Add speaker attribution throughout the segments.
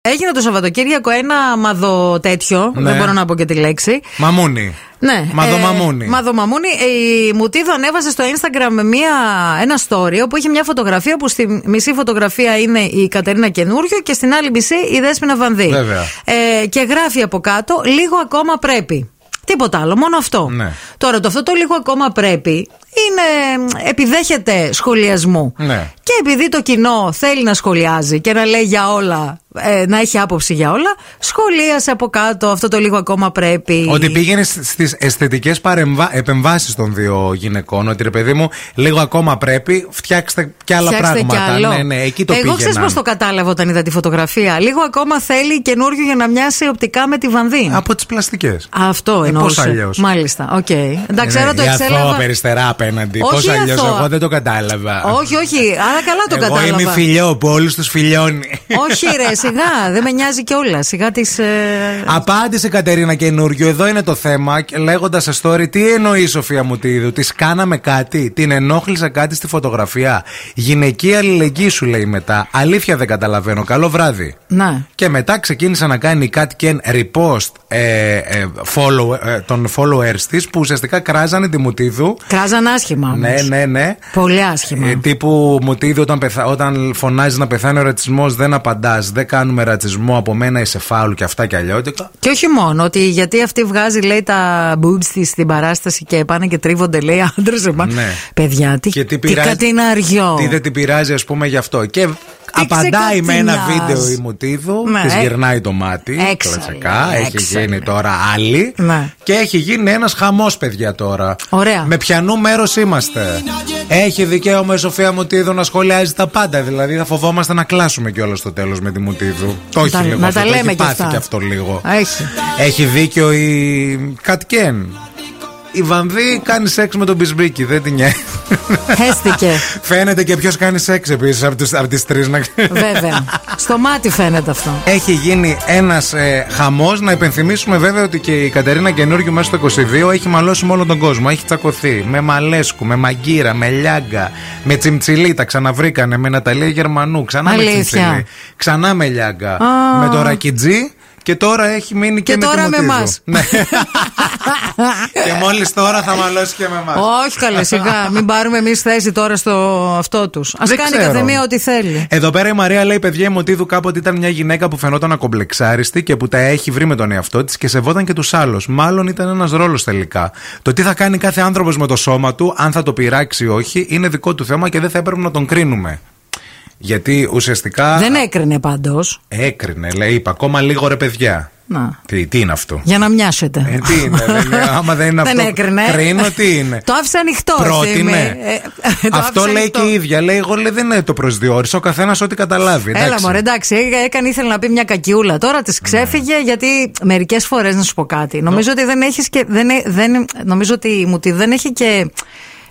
Speaker 1: Έγινε το Σαββατοκύριακο ένα μαδο τέτοιο.
Speaker 2: Ναι.
Speaker 1: Δεν μπορώ να πω και τη λέξη.
Speaker 2: Μαμούνι.
Speaker 1: Ναι.
Speaker 2: Μαδομαμούνι.
Speaker 1: Ε, μαδομαμούνι. Η Μουτίδο ανέβασε στο Instagram μία, ένα story όπου είχε μια φωτογραφία που στη μισή φωτογραφία είναι η Κατερίνα Καινούριο και στην άλλη μισή η Δέσποινα Βανδύ.
Speaker 2: Βέβαια.
Speaker 1: Ε, και γράφει από κάτω λίγο ακόμα πρέπει. Τίποτα άλλο, μόνο αυτό.
Speaker 2: Ναι.
Speaker 1: Τώρα το αυτό το λίγο ακόμα πρέπει είναι, επιδέχεται σχολιασμού.
Speaker 2: Ναι.
Speaker 1: Και επειδή το κοινό θέλει να σχολιάζει και να λέει για όλα, ε, να έχει άποψη για όλα, σχολίασε από κάτω αυτό το λίγο ακόμα πρέπει.
Speaker 2: Ότι πήγαινε στις αισθητικές επεμβάσεις των δύο γυναικών. Ότι ρε παιδί μου, λίγο ακόμα πρέπει, φτιάξτε κι άλλα
Speaker 1: Φτιάξτε κι
Speaker 2: πράγματα.
Speaker 1: άλλο.
Speaker 2: Ναι, ναι, εκεί το
Speaker 1: Εγώ
Speaker 2: πήγαιναν.
Speaker 1: ξέρει πώς το κατάλαβα όταν είδα τη φωτογραφία. Λίγο ακόμα θέλει καινούριο για να μοιάσει οπτικά με τη Βανδύ.
Speaker 2: Από τις πλαστικές.
Speaker 1: Αυτό
Speaker 2: Ε,
Speaker 1: εννοούσα.
Speaker 2: πώς αλλιώς. Ναι,
Speaker 1: Μάλιστα. Οκ. Εντάξει, άρα το εξέλαβα.
Speaker 2: περιστερά απέναντι.
Speaker 1: Όχι
Speaker 2: Πώς αλλιώ,
Speaker 1: αθώα.
Speaker 2: εγώ δεν το κατάλαβα.
Speaker 1: Όχι, όχι. Άρα καλά το
Speaker 2: εγώ
Speaker 1: κατάλαβα.
Speaker 2: είμαι φιλιό που όλους τους φιλιώνει.
Speaker 1: Όχι, ρε, σιγά. Δεν με νοιάζει κιόλας. Σιγά τη. Ε...
Speaker 2: Απάντησε Κατερίνα καινούριο, εδώ είναι το θέμα, λέγοντας σε story τι εννοείς η Σοφία Μουτίδου. Τη κάναμε κάτι, την ενόχλησα κάτι στη φωτογραφία. Γυναική αλληλεγγύη σου λέει μετά. Αλήθεια δεν καταλαβαίνω. Καλό βράδυ.
Speaker 1: Να.
Speaker 2: Και μετά ξεκίνησε να κάνει κάτι και repost ε, ε, follow, ε, των followers της που ουσιαστικά κράζανε τη Μουτίδου.
Speaker 1: Κράζαν άσχημα. όμως.
Speaker 2: Ναι, ναι, ναι.
Speaker 1: Πολύ άσχημα.
Speaker 2: Ε, τύπου Μουτίδη, όταν, πεθα... όταν φωνάζει να πεθάνει ο ρατσισμός, δεν απαντάς. Δεν κάνουμε ρατσισμό. Από μένα είσαι φάουλ και αυτά και αλλιώτικα.
Speaker 1: Και όχι μόνο, ότι γιατί αυτή βγάζει λέει τα boobs της στην παράσταση και πάνε και τρίβονται λέει άντρες.
Speaker 2: Ναι.
Speaker 1: Παιδιά, τι,
Speaker 2: Και
Speaker 1: τι
Speaker 2: τι πειράζει-
Speaker 1: κάτι είναι αριό.
Speaker 2: Τι δεν την πειράζει, ας πούμε, γι' αυτό. Και απαντάει με ένα
Speaker 1: ξεκατηνιάς.
Speaker 2: βίντεο η Μουτίδου,
Speaker 1: Ναι.
Speaker 2: της γυρνάει το μάτι.
Speaker 1: Έξαλλη,
Speaker 2: κλασικά. Έχει
Speaker 1: έξαλλη.
Speaker 2: γίνει τώρα άλλη.
Speaker 1: Ναι.
Speaker 2: Και έχει γίνει ένας χαμός, παιδιά τώρα.
Speaker 1: Ωραία.
Speaker 2: Με πιανού μέρος είμαστε. Έχει δικαίωμα η Σοφία Μουτίδου να σχολιάζει τα πάντα. Δηλαδή θα φοβόμαστε να κλάσουμε κιόλας στο τέλος με τη Μουτίδου. Το έχει
Speaker 1: τα-
Speaker 2: λίγο.
Speaker 1: να
Speaker 2: αυτό,
Speaker 1: τα
Speaker 2: το
Speaker 1: λέμε
Speaker 2: έχει
Speaker 1: κι
Speaker 2: πάθει
Speaker 1: αυτά.
Speaker 2: κι αυτό λίγο.
Speaker 1: Έχει.
Speaker 2: Έχει δίκιο η Κατκέν. Η Βανδύ κάνει σεξ με τον Μπισμπίκη, δεν την νοιάζει.
Speaker 1: Χαίστηκε.
Speaker 2: Φαίνεται και ποιος κάνει σεξ επίσης από, τους- από τις τρεις να ξέρεις.
Speaker 1: Βέβαια. Στο μάτι φαίνεται αυτό.
Speaker 2: Έχει γίνει ένας ε, χαμός. Να υπενθυμίσουμε βέβαια ότι και η Κατερίνα Καινούργιου μέσα στο 22 έχει μαλώσει με όλο τον κόσμο. Έχει τσακωθεί με Μαλέσκου, με Μαγκύρα, με Λιάγκα, με Τσιμτσιλή. Τα ξαναβρήκανε με Ναταλία Γερμανού. Ξανά με
Speaker 1: Αλήθεια.
Speaker 2: Τσιμτσιλή. Ξανά με Λιάγκα.
Speaker 1: Α.
Speaker 2: Με το Ρακιτζή. Και τώρα έχει μείνει και,
Speaker 1: Και
Speaker 2: με
Speaker 1: τώρα
Speaker 2: τη
Speaker 1: με
Speaker 2: Μουτίδου.
Speaker 1: εμάς.
Speaker 2: Ναι. και μόλις τώρα θα μαλώσει και με εμάς.
Speaker 1: όχι καλέ, σιγά. Μην πάρουμε εμείς θέση τώρα στο αυτό τους. Ας
Speaker 2: Δεν
Speaker 1: κάνει
Speaker 2: ξέρω.
Speaker 1: κάθε μία ό,τι θέλει.
Speaker 2: Εδώ πέρα η Μαρία λέει: Παιδιά, η Μωτίδου κάποτε ήταν μια γυναίκα που φαινόταν ακομπλεξάριστη και που τα έχει βρει με τον εαυτό της και σεβόταν και τους άλλους. Μάλλον ήταν ένας ρόλος τελικά. Το τι θα κάνει κάθε άνθρωπος με το σώμα του, αν θα το πειράξει ή όχι, είναι δικό του θέμα και δεν θα έπρεπε να τον κρίνουμε. Γιατί ουσιαστικά.
Speaker 1: Δεν έκρινε πάντως.
Speaker 2: Έκρινε, λέει, είπα ακόμα λίγο ρε παιδιά.
Speaker 1: Να.
Speaker 2: Τι, τι είναι αυτό.
Speaker 1: Για να μοιάσετε.
Speaker 2: Ε, τι είναι, δεν είναι, άμα δεν είναι αυτό,
Speaker 1: έκρινε.
Speaker 2: κρίνω τι είναι.
Speaker 1: το άφησε ανοιχτό. αυτή
Speaker 2: Πρότεινε.
Speaker 1: με- ε, το
Speaker 2: Αυτό
Speaker 1: άφησε
Speaker 2: λέει
Speaker 1: ανοιχτό.
Speaker 2: και η ίδια. Λέει, εγώ λέει, δεν το προσδιορίσα. Ο καθένας ό,τι καταλάβει.
Speaker 1: Έλα
Speaker 2: εντάξει. Ναι.
Speaker 1: μωρέ, εντάξει, έ- έκανε ήθελε να πει μια κακιούλα. Τώρα της ξέφυγε γιατί μερικές φορές να σου πω κάτι. Νομίζω ότι δεν έχεις και. Δεν, ε- δεν, νομίζω ότι η Μουτή δεν έχει και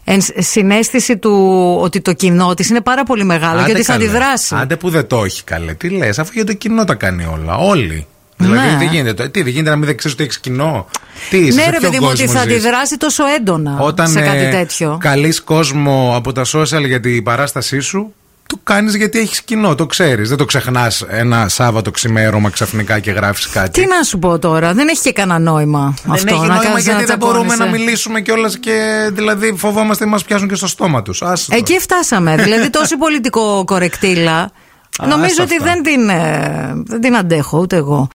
Speaker 1: εν, συνέστηση του ότι το κοινό της είναι πάρα πολύ μεγάλο
Speaker 2: Άντε
Speaker 1: και ότι θα
Speaker 2: καλέ.
Speaker 1: αντιδράσει.
Speaker 2: Άντε που δεν το έχει καλέ. Τι λες, αφού για το κοινό τα κάνει όλα. Όλοι. Δηλαδή,
Speaker 1: Ναι.
Speaker 2: τι γίνεται, το- τι δεν γίνεται να μην δεν ξέρεις ότι έχεις κοινό. Τι είσαι,
Speaker 1: ναι,
Speaker 2: σε
Speaker 1: ρε
Speaker 2: ποιον
Speaker 1: παιδί μου, ότι
Speaker 2: κόσμο
Speaker 1: θα
Speaker 2: ζεις?
Speaker 1: αντιδράσει τόσο έντονα
Speaker 2: Όταν
Speaker 1: σε κάτι
Speaker 2: ε,
Speaker 1: τέτοιο.
Speaker 2: καλείς κόσμο από τα social για την παράστασή σου, το κάνεις γιατί έχεις κοινό, το ξέρεις. Δεν το ξεχνάς ένα Σάββατο ξημέρωμα ξαφνικά και γράφεις κάτι.
Speaker 1: Τι να σου πω τώρα, δεν έχει και κανένα νόημα
Speaker 2: Δεν
Speaker 1: αυτό.
Speaker 2: έχει
Speaker 1: να
Speaker 2: νόημα
Speaker 1: κάνεις
Speaker 2: γιατί δεν μπορούμε να
Speaker 1: τσακώνεσαι.
Speaker 2: μιλήσουμε κιόλας και δηλαδή φοβόμαστε να μα πιάσουν και στο στόμα τους.
Speaker 1: Εκεί φτάσαμε. δηλαδή, τόση πολιτικό κορεκτήλα.
Speaker 2: Ας,
Speaker 1: νομίζω
Speaker 2: άστα
Speaker 1: ότι
Speaker 2: αυτά.
Speaker 1: δεν την, ε, δεν την αντέχω ούτε εγώ.